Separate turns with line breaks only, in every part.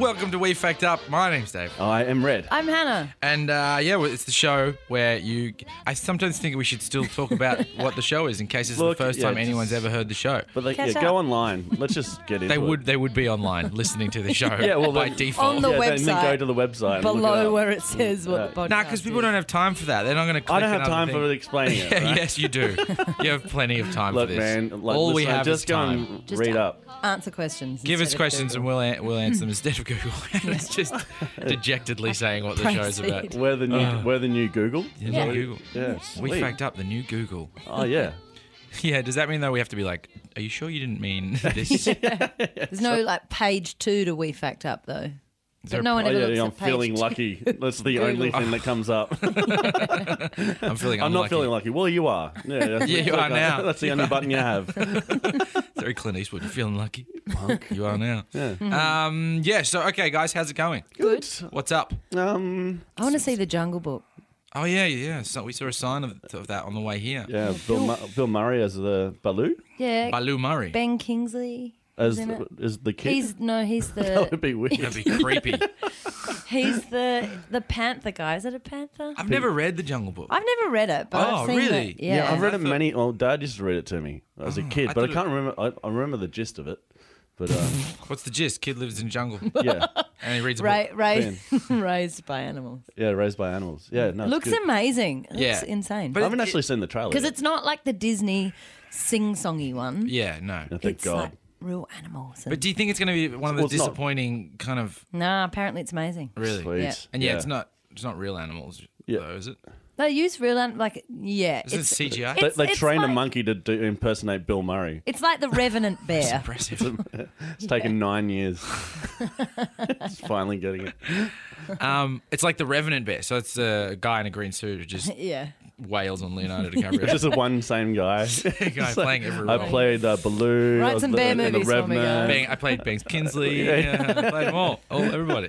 Welcome to We Fact Up. My name's Dave.
Oh, I am red.
I'm Hannah.
And uh, yeah, well, it's the show where you. I sometimes think we should still talk about what the show is in case it's
Look,
the first
yeah,
time anyone's
just-
ever heard the show.
But like, yeah,
Catch
go
up.
online. Let's just get into
They
it.
would they would be online listening to the show
Yeah, well,
by
then-
default.
On the
yeah, then- then go
website
to the website and look it
below
up.
where it says what the podcast.
Nah, because people
is.
don't have time for that. They're not going to. click
I don't have
another
time
thing.
for explaining it.
Yeah,
right?
yes, you do. You have plenty of time
Look,
for this.
man, like,
All we
listen,
have
just
is
go
time.
and
Just
read
a-
up.
Answer questions.
Give us
instead of
questions and
Google.
we'll an- we'll answer them instead of Google. it's just dejectedly saying what the show's about.
Proceed.
We're the new, we're the new Google.
The
Yeah.
Uh. new Google.
Yeah,
We
sweet.
fact up the new Google.
Oh yeah.
Yeah, does that mean though we have to be like, are you sure you didn't mean this?
There's no like page two to we fact up though.
there a
But no one
Oh
ever
yeah,
looks
yeah, I'm
at page
feeling
two.
lucky. That's the only
Google.
thing that comes up.
I'm feeling
I'm
unlucky.
not feeling lucky. Well, you are. Yeah, that's-
Yeah, you are now.
That's the only button you have.
Sorry, Clint Eastwood, you're feeling lucky. You are now. Yeah.
Mm-hmm.
Um, yeah, so okay guys, how's it going?
Good.
What's up?
Um.
I want to see the Jungle Book.
Oh yeah, yeah. So we saw a sign of, of that on the way here.
Yeah. Bill, Mu- Bill Murray as the Baloo.
Yeah,
Baloo Murray.
Ben Kingsley.
As
Isn't it?
is the kid.
He's no, he's
that would
the
be weird.
That'd be creepy.
he's the the panther guy. Is it a panther?
I've never read the Jungle Book.
I've never read it, but
Oh,
I've seen
really?
it.
Yeah,
Yeah,
I've read it
I thought-
many. Well, Dad used to read it to me as a
Oh,
kid,
I
but I
thought
can't remember. I, I remember the gist of it, but uh,
What's the gist? Kid lives in jungle
yeah,
and he reads a book.
Ra- ra- raised by animals.
yeah, raised by animals. Yeah, no, it's
Looks
good.
amazing. It
Yeah.
Looks insane.
I
But-
haven't actually seen the trailer
Because
yet.
it's not like the Disney sing-songy one.
Yeah, no.
No, thank
it's
God.
like real animals. and-
But do you think it's going to be one of
Well,
those
it's not-
disappointing kind of
nah, apparently it's amazing.
really?
Sweet.
Yeah.
And yeah, it's not it's not real animals
Yeah.
though, is it?
They use real an- like yeah.
Is it
it's
CGI?
They,
it's-
they trained a
like-
monkey to do, impersonate Bill Murray.
It's like the Revenant bear.
Impressive.
It's taken nine years. it's finally getting it.
um, it's like the Revenant bear. So it's a guy in a green suit who just
yeah.
wails on Leonardo DiCaprio.
It's just the one same guy.
guy playing every
I
role.
played uh, Baloo.
Write
I was
some
the-
bear
in the
movies for me,
Revenant.
Bang, I played Banks Kinsley. yeah. I played them all. Oh, everybody.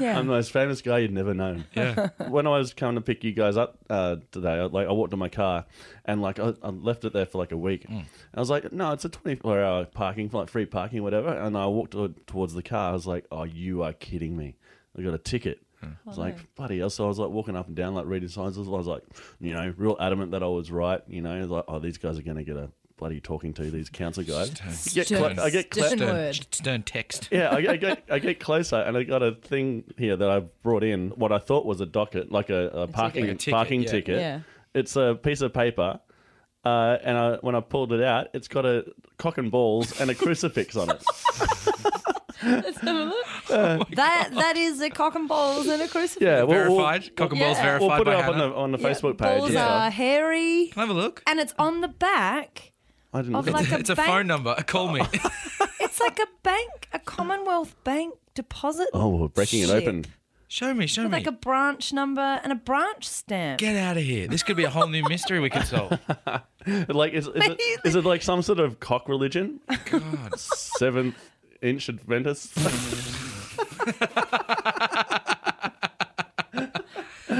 Yeah.
I'm the most famous guy you'd never known.
Yeah.
when I was coming to pick you guys up uh, today, I, like I walked to my car and like I, I left it there for like a week. And I was like, no, it's a 24 hour parking, like free parking, whatever. And I walked to- towards the car. I was like, oh, you are kidding me. I got a ticket. I was like, buddy. So I was like walking up and down, like reading signs. I was like, you know, real adamant that I was right. You know, I was like, oh, these guys are going to get a bloody talking to these council guys. Get
Stern-
cla- I get cla-
Stern
Stern,
word.
stern text.
yeah, I, I get I get closer, and I got a thing here that I brought in. What I thought was a docket, like a, a parking
Like a ticket,
parking
yeah.
ticket.
Yeah.
It's a piece of paper, uh, and I, when I pulled it out, it's got a cock and balls and a crucifix on it.
that that is a cock and balls and a crucifix.
Oh Yeah, we'll- we'll-
verified. Cock and balls
Yeah.
verified
We'll, put
by
it up on
Hannah.
the on the
Yeah,
Facebook
Balls
page.
are hairy,
Can I have a look?
and it's on the back.
I didn't
of
look at
like
it.
a
It's a
bank-
phone number. Call me.
It's like a bank, a Commonwealth Bank deposit.
Oh, we're breaking it
slip.
open.
show me, show
With
me.
like a branch number and a branch stamp.
Get out of here. This could be a whole new mystery we could solve.
Like, is, is, it, is it like some sort of cock religion?
God.
Seventh inch Adventist.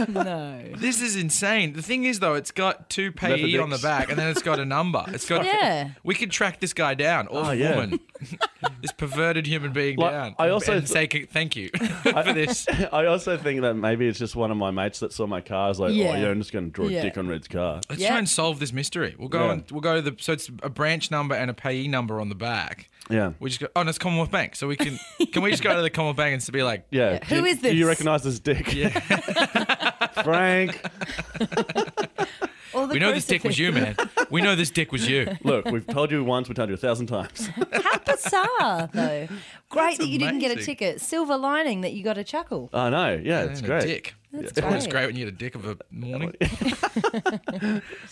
no.
This is insane. The thing is, though, it's got two PE on the
Methodix.
back, and then it's got a number. It's got.
Yeah.
We could track this guy down, or
Oh, yeah.
woman, this perverted human being
Like,
down.
I also
and say c- thank you for this.
I also think that maybe it's just one of my mates that saw my car. Is like, oh
Yeah.
yeah, I'm just going to draw
Yeah.
a dick on Red's car.
Let's
Yeah.
try and solve this mystery. We'll go
Yeah.
and we'll go to the. So it's a branch number and a payee number on the back.
Yeah.
We just go. Oh, no, it's Commonwealth Bank. So we can can we just go to the Commonwealth Bank and s- be like,
Yeah.
Yeah.
Do
Who
you-
is
Do you
this?
recognise this dick?
Yeah.
Frank.
Or the
we know this dick was you,
crucifix.
man. We know this dick was you.
Look, we've told you once, we told you a thousand times.
How bizarre, though. Great that you didn't get a
amazing.
ticket. Silver lining that you got a chuckle.
I know. Yeah, it's
And
great.
A dick.
That's
It's always
great.
great when you get a dick of a morning.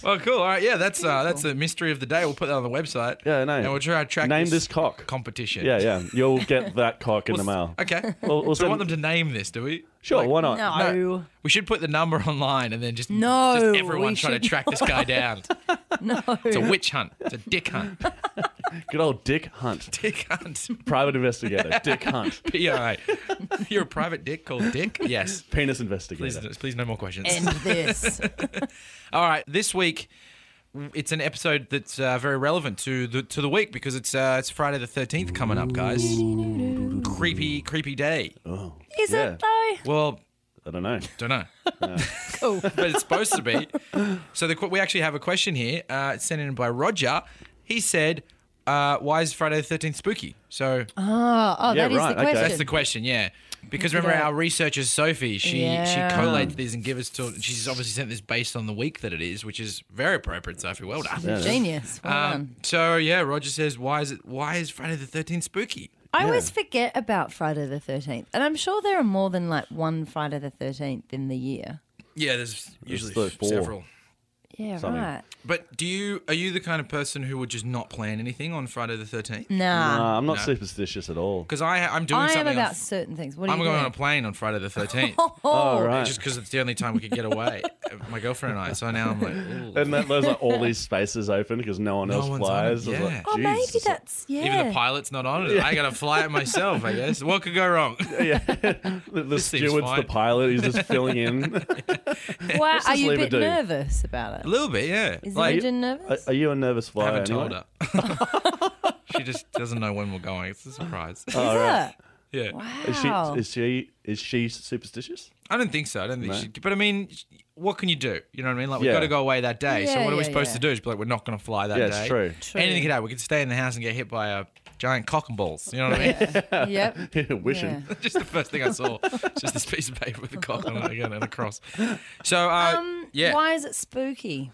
well, cool. All right, yeah, that's uh, that's the mystery of the day. We'll put that on the website.
Yeah, I know.
And we'll try to track
Name
this,
this cock.
competition.
Yeah, yeah. You'll get that cock in the mail.
Okay.
We'll- we'll
so we want them
send-
to name this, do we?
Sure, why not?
No.
We should put the number online and then just
No,
just everyone
we
try to
should
track this guy down. No, it's a witch hunt. It's a dick hunt.
Good old Dick Hunt,
Dick hunt.
private investigator. Dick Hunt,
PI. You're a private dick called Dick. Yes.
penis
Please,
investigator.
please, no more questions.
End this.
All right, this week it's an episode that's uh, very relevant to the to the week because it's uh, it's Friday the thirteenth coming up, guys. Creepy, creepy day.
Is
Yeah.
it though?
Well,
I don't know.
don't know,
Cool.
but it's supposed to be. So the, que- we actually have a question here. Uh, it's sent in by Roger. He said, uh, "Why is Friday the thirteenth spooky?" So
Oh, oh
Yeah,
that is
right,
the
okay.
question.
That's the question, yeah. Because remember
Yeah.
our researcher Sophie, she she
Yeah.
collated these and gave us to. She's obviously sent this based on the week that it is, which is very appropriate, Sophie. Well done.
Genius. Well done.
Um, so yeah, Roger says, why is it? Why is Friday the Thirteenth spooky?
I always forget about Friday the 13th. And I'm sure there are more than like one Friday the 13th in the year.
Yeah, there's usually
like four.
several.
Yeah,
Something.
right.
But do you are you the kind of person who would just not plan anything on Friday the Thirteenth?
Mm. Nah.
Nah, Uh, I'm not superstitious at all.
Because I I'm doing
I am
something. on-
about certain things. What are
I'm
you
going on a
doing?
plane on Friday the Thirteenth.
Oh, right.
Just because it's the only time we could get away, my girlfriend and I. So now I'm like, ooh.
and that, those are all these spaces open because no one else
one's on it,
flies. I was
yeah.
like,
oh, maybe
Jesus.
that's, yeah.
Even the pilot's not on it. I got to fly it myself, I guess. What could go wrong?
The, the
seems
steward's the
fine.
pilot. He's just filling in.
Why are you a
leave it
bit
do.
nervous about
A
it?
little bit, yeah.
Is
like,
Imogen
are,
nervous?
are you a nervous
I
flyer?
haven't told
anyway?
her. she just doesn't know when we're going. It's a surprise.
Uh,
Oh, right.
Is
yeah.
it? Wow.
Is she? Is she? Is she superstitious?
I don't think so. I don't think
No.
she. But I mean, what can you do? You know what I mean? Like, we've
Yeah.
got to go away that day. so
Yeah,
what are we
yeah,
supposed
yeah.
to do? Just be like, we're not going to fly that
Yeah,
day.
it's true.
True.
Anything could happen. We could stay in the house and get hit by a giant cock and balls. You know what I mean?
yep.
Wishing.
Yeah.
just the first thing I saw. Just this piece of paper with a cock on it again and a cross. So, uh, yeah.
Um, Why is it spooky?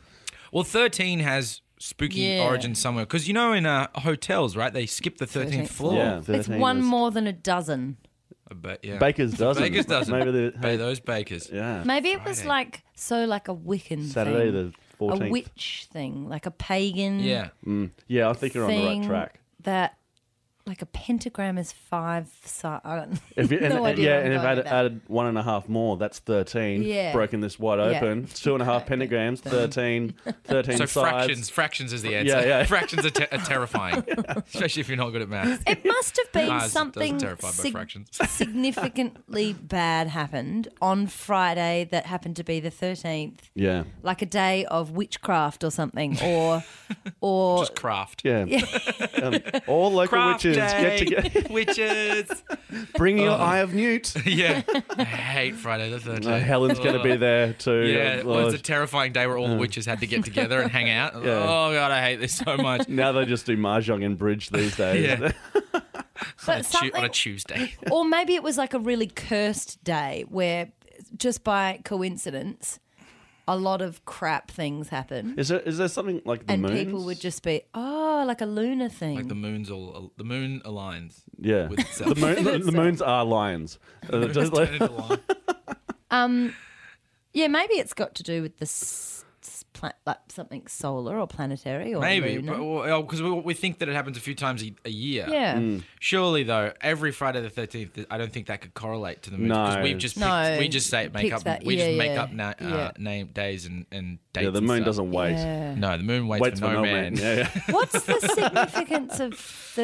Well, 13 has spooky
Yeah.
origin somewhere because you know in uh, hotels, right? They skip the 13th,
13th
floor.
Yeah,
It's
13
one
is-
more than a dozen.
I bet, yeah.
Baker's dozen.
Bakers doesn't.
Maybe the
Pay those bakers.
yeah.
Maybe it was
Friday.
like so like a Wiccan
Saturday
thing.
the
a
fourteenth.
witch thing, like a pagan
Yeah.
Yeah, I think you're on the right
thing
track.
That like a pentagram is five sides. I don't
If you, and,
no idea.
yeah,
where I'm
and if
going
added,
with that.
added one and a half more, that's thirteen.
Yeah.
Broken this wide
Yeah.
open. Two and a half pentagrams. 13, 13
So
sides.
fractions, fractions is the answer.
yeah.
Fractions are, te- are terrifying, especially if you're not good at math.
it must have been
Ah, it doesn't
something
terrify by
sig-
fractions.
significantly bad happened on Friday that happened to be the thirteenth,
Yeah.
like a day of witchcraft or something, or or
Just craft.
Yeah. um, all local
Craft
witches
day.
get together.
Witches.
Bring your Eye of Newt.
yeah. I hate Friday the 13th.
Uh, Helen's going to be there too.
Yeah,
Oh,
well, it's a
gosh.
terrifying day where all the witches had to get together and hang out. Oh, God, I hate this so much.
now they just do mahjong and bridge these days.
Yeah.
but
Tu- on a
something,
Tuesday.
or maybe it was like a really cursed day where just by coincidence, a lot of crap things happened.
Is there is there something like the
and
moons?
people would just be, oh, like a lunar thing.
Like the moon's all uh, the moon aligns.
yeah.
with itself.
the, moon, the, the moons are lions. Uh, just like-
Turn it align.
yeah, maybe it's got to do with the s- s- pla- like something solar or planetary or
Maybe,
lunar.
because we, we think that it happens a few times a, a year.
yeah,
mm,
Surely, though, every Friday the thirteenth, I don't think that could correlate to the moon because
No.
we've just picked,
No,
we just say make
picked
up
that-
we
yeah,
just make
yeah,
up na- uh,
yeah.
name days and and dates.
yeah, the
and
moon
stuff.
doesn't wait.
yeah.
No, the moon waits,
Waits
for, no man.
Yeah, yeah.
What's the significance of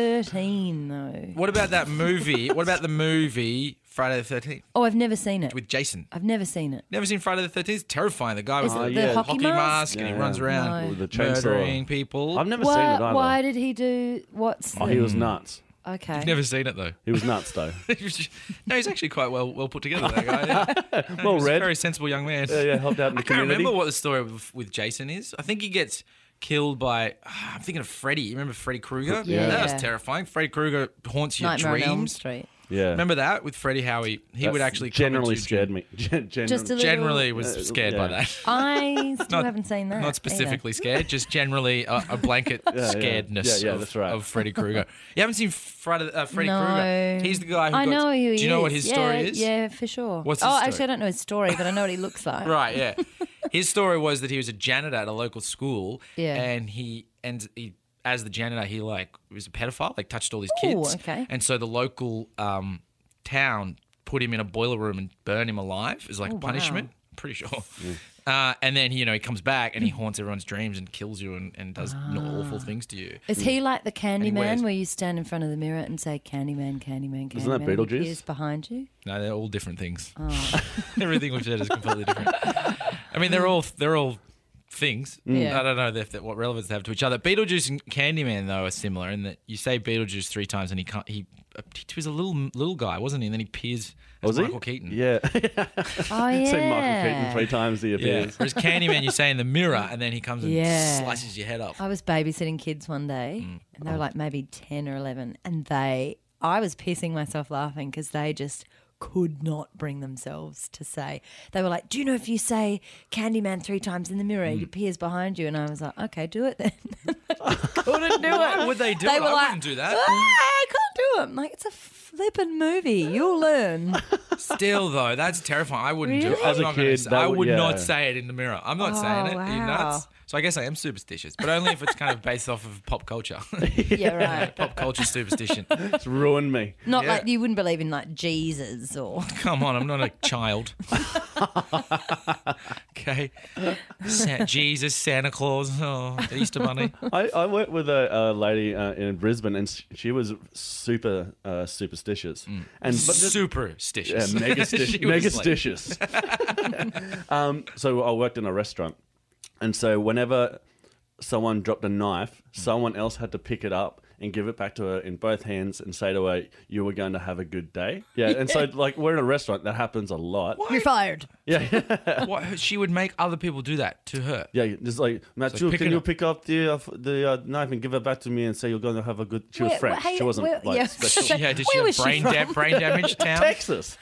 thirteen though?
What about that movie? what about the movie Friday the Thirteenth
Oh, I've never seen it.
with Jason?
I've never seen it.
Never seen Friday the Thirteenth. It's terrifying. The guy with
Is it
the,
the
Uh, yeah.
hockey,
hockey
mask?
mask and he
Yeah.
runs around
No.
With the chainsaw.
murdering people.
I've never seen it
Why,
either.
why Mm. did he do? What's
oh,
the,
he was nuts.
okay?
never seen it though.
He was nuts though.
no, he's actually quite well well put together. That guy. Yeah.
well
He's a
read.
very sensible young man.
yeah, yeah, helped out in the
I can't
community.
remember what the story with, with Jason is. I think he gets killed by. ah, I'm thinking of Freddy. You remember Freddy Krueger?
Yeah.
that
Yeah.
was terrifying. Freddy Krueger haunts your
Nightmare on Elm
dreams.
Street.
yeah,
Remember that with Freddy Howie? He
That
would actually come
generally
into your
scared me. Gen- generally.
Just a
dream-
little.
Generally was
Uh,
scared by
yeah.
that.
I still
Not-
haven't seen that.
Not specifically scared, just generally a, a blanket
yeah.
scaredness
Yeah, yeah,
of,
that's right.
of Freddy Krueger. You haven't seen Friday, uh, Freddy
No.
Krueger? He's the guy who
I
got-
know who he
Do you know what
is.
his
yeah,
story is?
Yeah, for sure.
What's
oh,
his story?
actually, I don't know his story, but I know what he looks like.
Right, yeah. His story was that he was a janitor at a local school,
Yeah.
and he and he as the janitor he like was a pedophile, like touched all these
Ooh,
kids,
okay.
and so the local um, town put him in a boiler room and burn him alive as like
Oh,
a punishment. I'm Pretty sure. Uh, and then you know he comes back and he haunts everyone's dreams and kills you and, and does
Ah.
awful things to you.
Is he like the Candyman,
wears-
where you stand in front of the mirror and say "Candyman, Candyman, Candyman"?
Isn't that
and he
Beetlejuice?
appears behind you.
No, they're all
Oh. Mm.
different things. Everything we've said is completely different. I mean, they're all they're all things.
Yeah.
I don't know if that, what relevance they have to each other. Beetlejuice and Candyman though are similar in that you say Beetlejuice three times and he can't. He, he was a little little guy, wasn't he? And then he appears as
Was he?
Michael Keaton.
Yeah.
Oh yeah.
Say Michael Keaton three times he
Yeah.
appears.
Whereas Candyman, you say in the mirror, and then he comes and
Yeah.
slices your head off.
I was babysitting kids one day,
Mm.
and they were like maybe ten or eleven, and they, I was pissing myself laughing because they just could not bring themselves to say. They were like, "Do you know if you say Candyman three times in the mirror,
Mm.
it appears behind you?" And I was like, "Okay, do it then." couldn't do
Why
it.
would they do
They
it?
were
I
like,
wouldn't do that.
"Ah, I can't do it. I'm like, it's a flippin' movie. You'll learn.
Still though, that's terrifying. I wouldn't do.
Really?
it. I'm
As a
not gonna
kid,
say-
that
I
would-
would
yeah.
not say it in the mirror. I'm not saying it.
Oh,
Are you
wow.
nuts? So I guess I am superstitious, but only if it's kind of based off of pop culture.
yeah, right.
pop culture superstition.
It's ruined me.
Not
Yeah.
like you wouldn't believe in like Jesus or
Come on, I'm not a child. okay. Sa- Jesus, Santa Claus, oh, the Easter Bunny.
I, I worked with a, a lady uh, in Brisbane, and sh- she was super uh, superstitious, and but just- yeah,
Superstitious.
mega, sti-
Mm. She
mega
was like-
stitious. um, so I worked in a restaurant, and so whenever someone dropped a
Mm.
knife, someone else had to pick it up and give it back to her in both hands and say to her, "You were going to have a good day." Yeah, and so like we're in a restaurant that happens a lot.
you're fired.
What, she would make other people do that to her.
Yeah, just like Matthew,
pick
can
it
you
up."
pick up the uh, f- the uh, knife and give it back to me and say you're going to have a good? She was
Where-
French.
hey,
she wasn't
where-
like
yeah.
special.
Yeah, did she
Where
have
was she
brain, da-
from?
brain damage town?
Texas.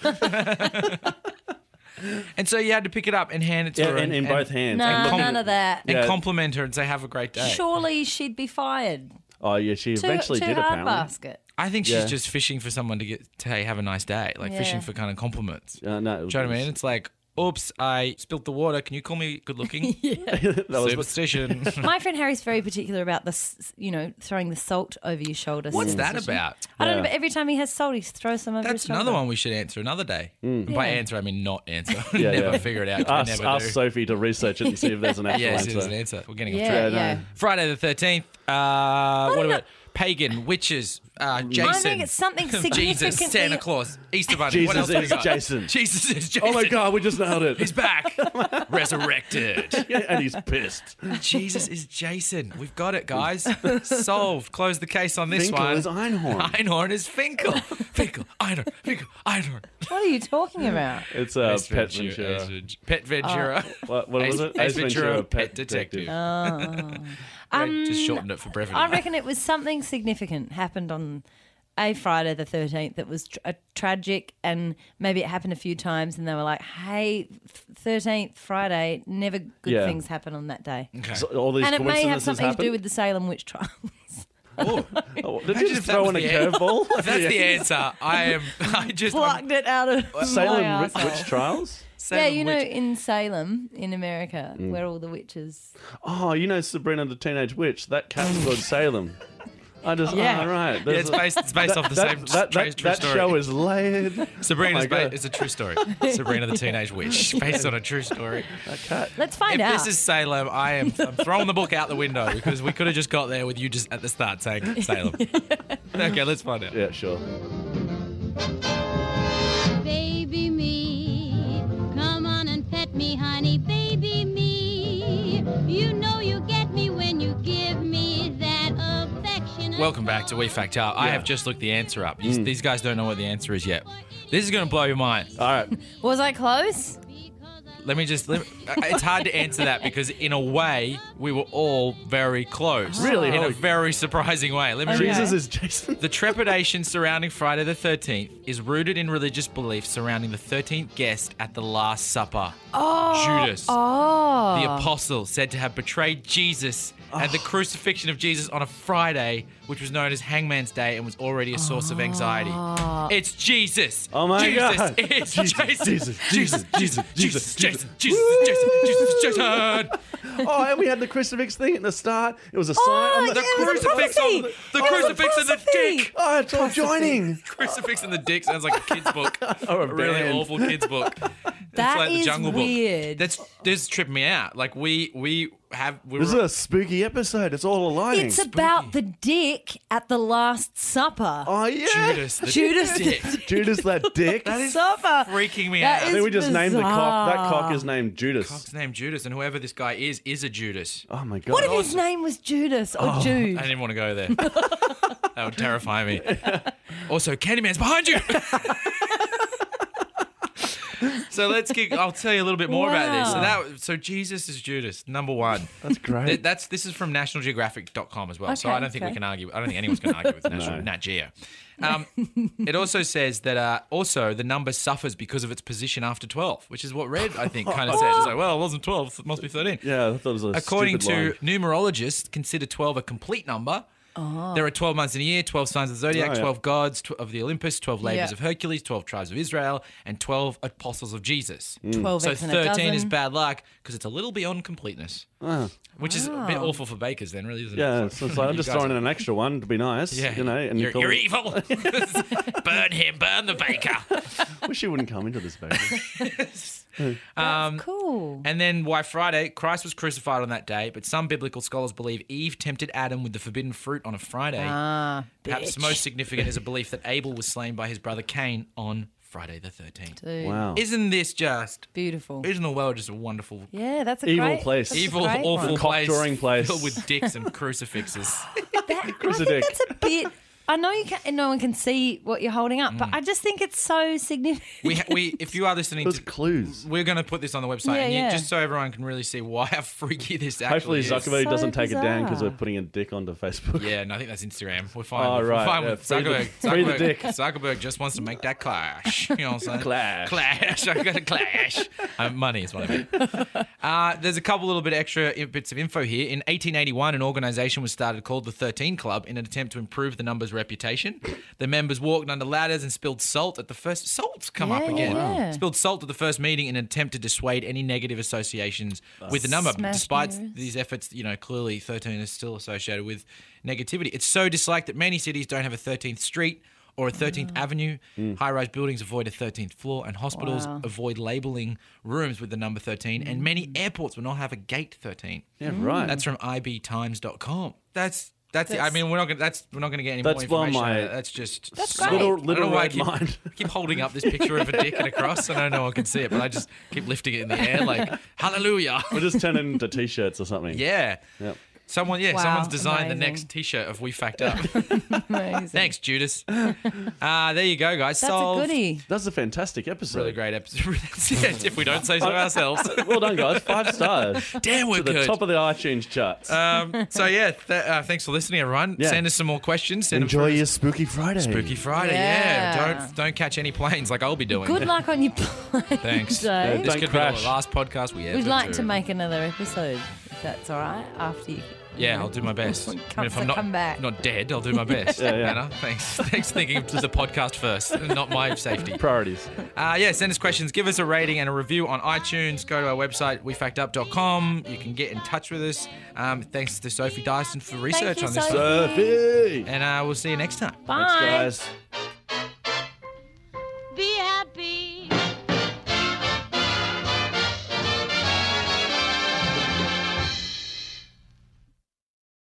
And so you had to pick it up and hand it to
Yeah,
her.
and in both hands.
No,
and look at
none
it.
of that.
And
Yeah.
compliment her and say, have a great day.
Surely she'd be fired.
Oh yeah, she
Too,
eventually
too
did
hard
apparently.
basket.
I think she's
Yeah.
just fishing for someone to get to hey, have a nice day, like
Yeah.
fishing for kind of compliments.
Uh, no, it
Do you know what I mean?
was-
It's like, oops, I spilt the water. Can you call me good looking?
that was
Superstition.
My friend Harry's very particular about this, you know, throwing the salt over your shoulder.
What's that
situation.
about?
I don't know,
Yeah.
but every time he has salt, he throws some over his
That's
shoulder.
another one we should answer another day. And By
Yeah.
answer, I mean not answer.
Hmm. Yeah,
never
yeah.
figure it out. 'cause we
ask,
never
ask
do.
Sophie to research it and see if there's an actual
Yeah, yes, it is an
answer.
answer. We're getting off
Yeah,
track.
Yeah,
yeah.
no.
Friday the 13th. Uh, what about pagan, witches, uh, Jason?
I think it's something
Jesus,
significantly.
Santa Claus, Easter Bunny. what
Jesus
else have we
is
got?
Jason.
Jesus is Jason.
Oh my god, we just nailed it.
He's back. Resurrected.
Yeah, and he's pissed.
Jesus is Jason. We've got it, guys. Solved. Close the case on this
Finkel
one.
is Einhorn.
Einhorn is Finkel. Finkel, Einhorn, Finkel, Einhorn.
What are you talking
Mm.
about?
It's a uh,
Ace
pet
Ventura, Ace
Ventura. Uh,
Vent- Pet Ventura.
What, what
Ace-
was it?
Ace Ventura, Pet Detective.
Oh.
Right,
Um,
just shortened it for brevity.
I reckon it was something significant happened on a Friday the 13th that was tr- a tragic and maybe it happened a few times and they were like, hey, f- 13th Friday, never good
Yeah.
things happen on that day.
Okay.
So all these
And it may have
coincidences
something to do
happen.
with the Salem witch trial.
Oh,
Oh,
Imagine
did you just
if that
throw
was
in a
the end.
curveball?
if that's the answer. I am. I just. I'm,
Plucked it out of my
Uh, Salem witch,
arsehole.
witch trials.
Yeah,
Salem
you know,
witch- Mm.
in Salem, in America, where all the witches.
Oh, you know Sabrina the Teenage Witch. That cat's called Salem. I just yeah.
Yeah.
right.
Yeah,
there's
it's
a-
based, it's based off the
that,
same
that,
true,
that,
true
that
story.
show is laid.
Sabrina's
Oh my
ba-
God.
it's a true story. Sabrina the Teenage Witch, based on a true story.
That cat.
Let's find
if
out.
this is Salem, I am I'm throwing the book out the window because we could have just got there with you just at the start saying Salem. okay, let's find out.
Yeah, sure.
Baby me, come on and pet me, honey. Baby me, you know you get me when you give me that affection.
Welcome back to We Fact Out. I have just looked the answer up.
Mm.
These- These guys don't know what the answer is yet. This is going to blow your mind.
All right.
Was I close?
Let me just. Let me, uh, it's hard to answer that because, in a way, we were all very close.
Really?
In a
Oh.
very surprising way. Let me read
Jesus
Okay.
is Jason.
The trepidation surrounding Friday the 13th is rooted in religious beliefs surrounding the 13th guest at the Last Supper. Judas,
Oh.
the apostle, said to have betrayed Jesus and the crucifixion of Jesus on a Friday, which was known as Hangman's Day and was already a source of anxiety.
Oh.
It's Jesus.
Oh my
Jesus.
God.
It's
Jesus,
Jesus.
Jesus,
Jesus.
Jesus,
Jesus.
Jesus,
Jesus.
Jesus.
Jesus. Jesus. Jesus. Jesus.
Oh, and we had the crucifix thing at the start. It was a sign. on
Oh, yeah,
The
it was a
crucifix
prophecy.
on the, the
It was a
crucifix and the
prophecy.
dick.
Oh, it's all joining.
Crucifix and the Dick sounds like a kid's book.
Or a
really
band.
awful kid's book.
That
it's like
is
the Jungle Book.
weird.
That's this tripped me out. Like we we have we
This is
were,
a spooky episode. It's all aligning.
It's about the dick at the Last Supper.
oh yeah,
Judas. The
Judas the
dick.
Judas that dick.
That is
Supper.
freaking me
That
out.
I think we just named the cock. That
bizarre.
cock is named Judas.
His name Judas, and whoever this guy is is a Judas.
Oh my god.
What if his name was Judas
Oh,
or Jude?
I didn't want to go there. that would terrify me. Also, Candyman's behind you. so let's get. I'll tell you a little bit more about this. So
Wow.
that. So Jesus is Judas, number one.
That's
Th-
great.
That's this is from NationalGeographic.com as well. so
Okay,
I don't think
okay.
we can argue. I don't think anyone's going to argue with National, Nat Geo. Um, it also says that uh, also the number suffers because of its position after twelve, which is what Red I think kind of said. It's like, well, it wasn't twelve, so it must be thirteen.
yeah, I thought it was a
According to
stupid
numerologists, consider 12 a complete number.
Oh.
There are 12 months in a year, 12 signs of the zodiac,
Oh, yeah.
12 gods tw- of the Olympus, 12 labors
Yeah.
of Hercules, 12 tribes of Israel, and 12 apostles of Jesus.
Mm. Twelve
So
eggs in
13
a
is
dozen.
bad luck because it's a little beyond completeness,
line. Ah,
which is a bit awful for bakers, then, really, isn't
yeah,
it?
so it's like I'm
You
just
guys
throwing
are-
in an extra one to be nice.
Yeah,
you know. And
you're,
Nicole,
you're evil. burn him, burn the baker.
wish he wouldn't come into this baby.
Um,
cool.
And then why Friday? Christ was crucified on that day, but some biblical scholars believe Eve tempted Adam with the forbidden fruit on a Friday.
Ah,
Perhaps
bitch.
most significant is a belief that Abel was slain by his brother Cain on Friday the 13th.
Dude,
wow.
Isn't this just,
beautiful.
isn't the world just a wonderful,
Yeah, that's a
Evil
great,
place.
that's a
evil,
great
awful
one.
place,
Cock-drawing place.
filled with dicks and crucifixes?
That, I
Chris
think
Dick.
that's a bit. I know you can, no one can see what you're holding up, but
Mm.
I just think it's so significant.
we, ha- we, if you are listening
Those
to
clues.
we're going to put this on the website,
Yeah,
and you,
yeah.
just so everyone can really see why how freaky this actually
Hopefully
is.
Zuckerberg
So
doesn't take it down because
bizarre.
we're putting a dick onto Facebook.
Yeah, and I think that's Instagram. We're fine.
Oh,
we're
right,
fine
yeah,
with
free the-
Zuckerberg.
free the
Zuckerberg,
dick.
Zuckerberg just wants to make that clash. You know what I'm saying?
Clash.
Clash. I got a clash. Um, money is what I mean. Uh, there's a couple little bit extra i- bits of info here. In 1881, an organization was started called the 13 Club in an attempt to improve the number's reputation. The members walked under ladders and spilled salt at the first. Salt's come up
Yeah,
again.
yeah.
Spilled salt at the first meeting in an attempt to dissuade any negative associations with the number.
Smash
Despite
mirrors.
these efforts, you know, clearly 13 is still associated with negativity. It's so disliked that many cities don't have a 13th street or a 13th
Mm.
avenue. High rise buildings avoid a 13th floor, and hospitals
Wow.
avoid labeling rooms with the number 13. And many airports will not have a gate 13.
Mm. Yeah, right.
That's from ibtimes.com. That's. That's, it. I
That's-
mean, we're not gonna. That's we're not gonna get any
That's
more
blown
information.
my-
out of that. That's just
That's
so-
great. Little-
I don't know
little
why I
red
keep-
mind.
I keep holding up this picture of a dick and a cross. and I know no one can see it, but I just keep lifting it in the air like hallelujah.
We'll just turn it into t-shirts or something.
Yeah.
Yep.
Someone, yeah,
Wow,
someone's designed the
amazing.
next T-shirt of "We Fact Up."
Amazing.
Thanks, Judas. Uh, there you go, guys.
That's
Solved.
a goodie.
That's a fantastic episode.
Really great episode. That's it, if we don't say so ourselves.
Well done, guys. Five stars.
Damn, we're
to the
good.
top of the iTunes charts.
um, so yeah, th- uh, thanks for listening, everyone.
Yeah.
Send us some more questions. Send
Enjoy
them
your spooky Friday.
through. Spooky Friday. Yeah.
Yeah.
Don't don't catch any planes like I'll be doing.
Good luck on your plane.
Thanks.
Dave.
This
Don't
could be
crash.
the last podcast we ever
We'd like
do.
to make another episode, if that's all right, after you.
Yeah, I'll do my best. I mean,
Come-
if
so
I'm not,
come back.
not dead, I'll do my best.
Yeah, yeah.
Anna, thanks. Thanks for thinking of the podcast first, not my safety.
Priorities.
Uh, yeah, send us questions. Give us a rating and a review on iTunes. Go to our website, wefactup.com. You can get in touch with us. Um, thanks to Sophie Dyson for research
you,
on this.
Sophie.
one.
Sophie.
And uh, we'll see you next time.
Bye.
Thanks, guys.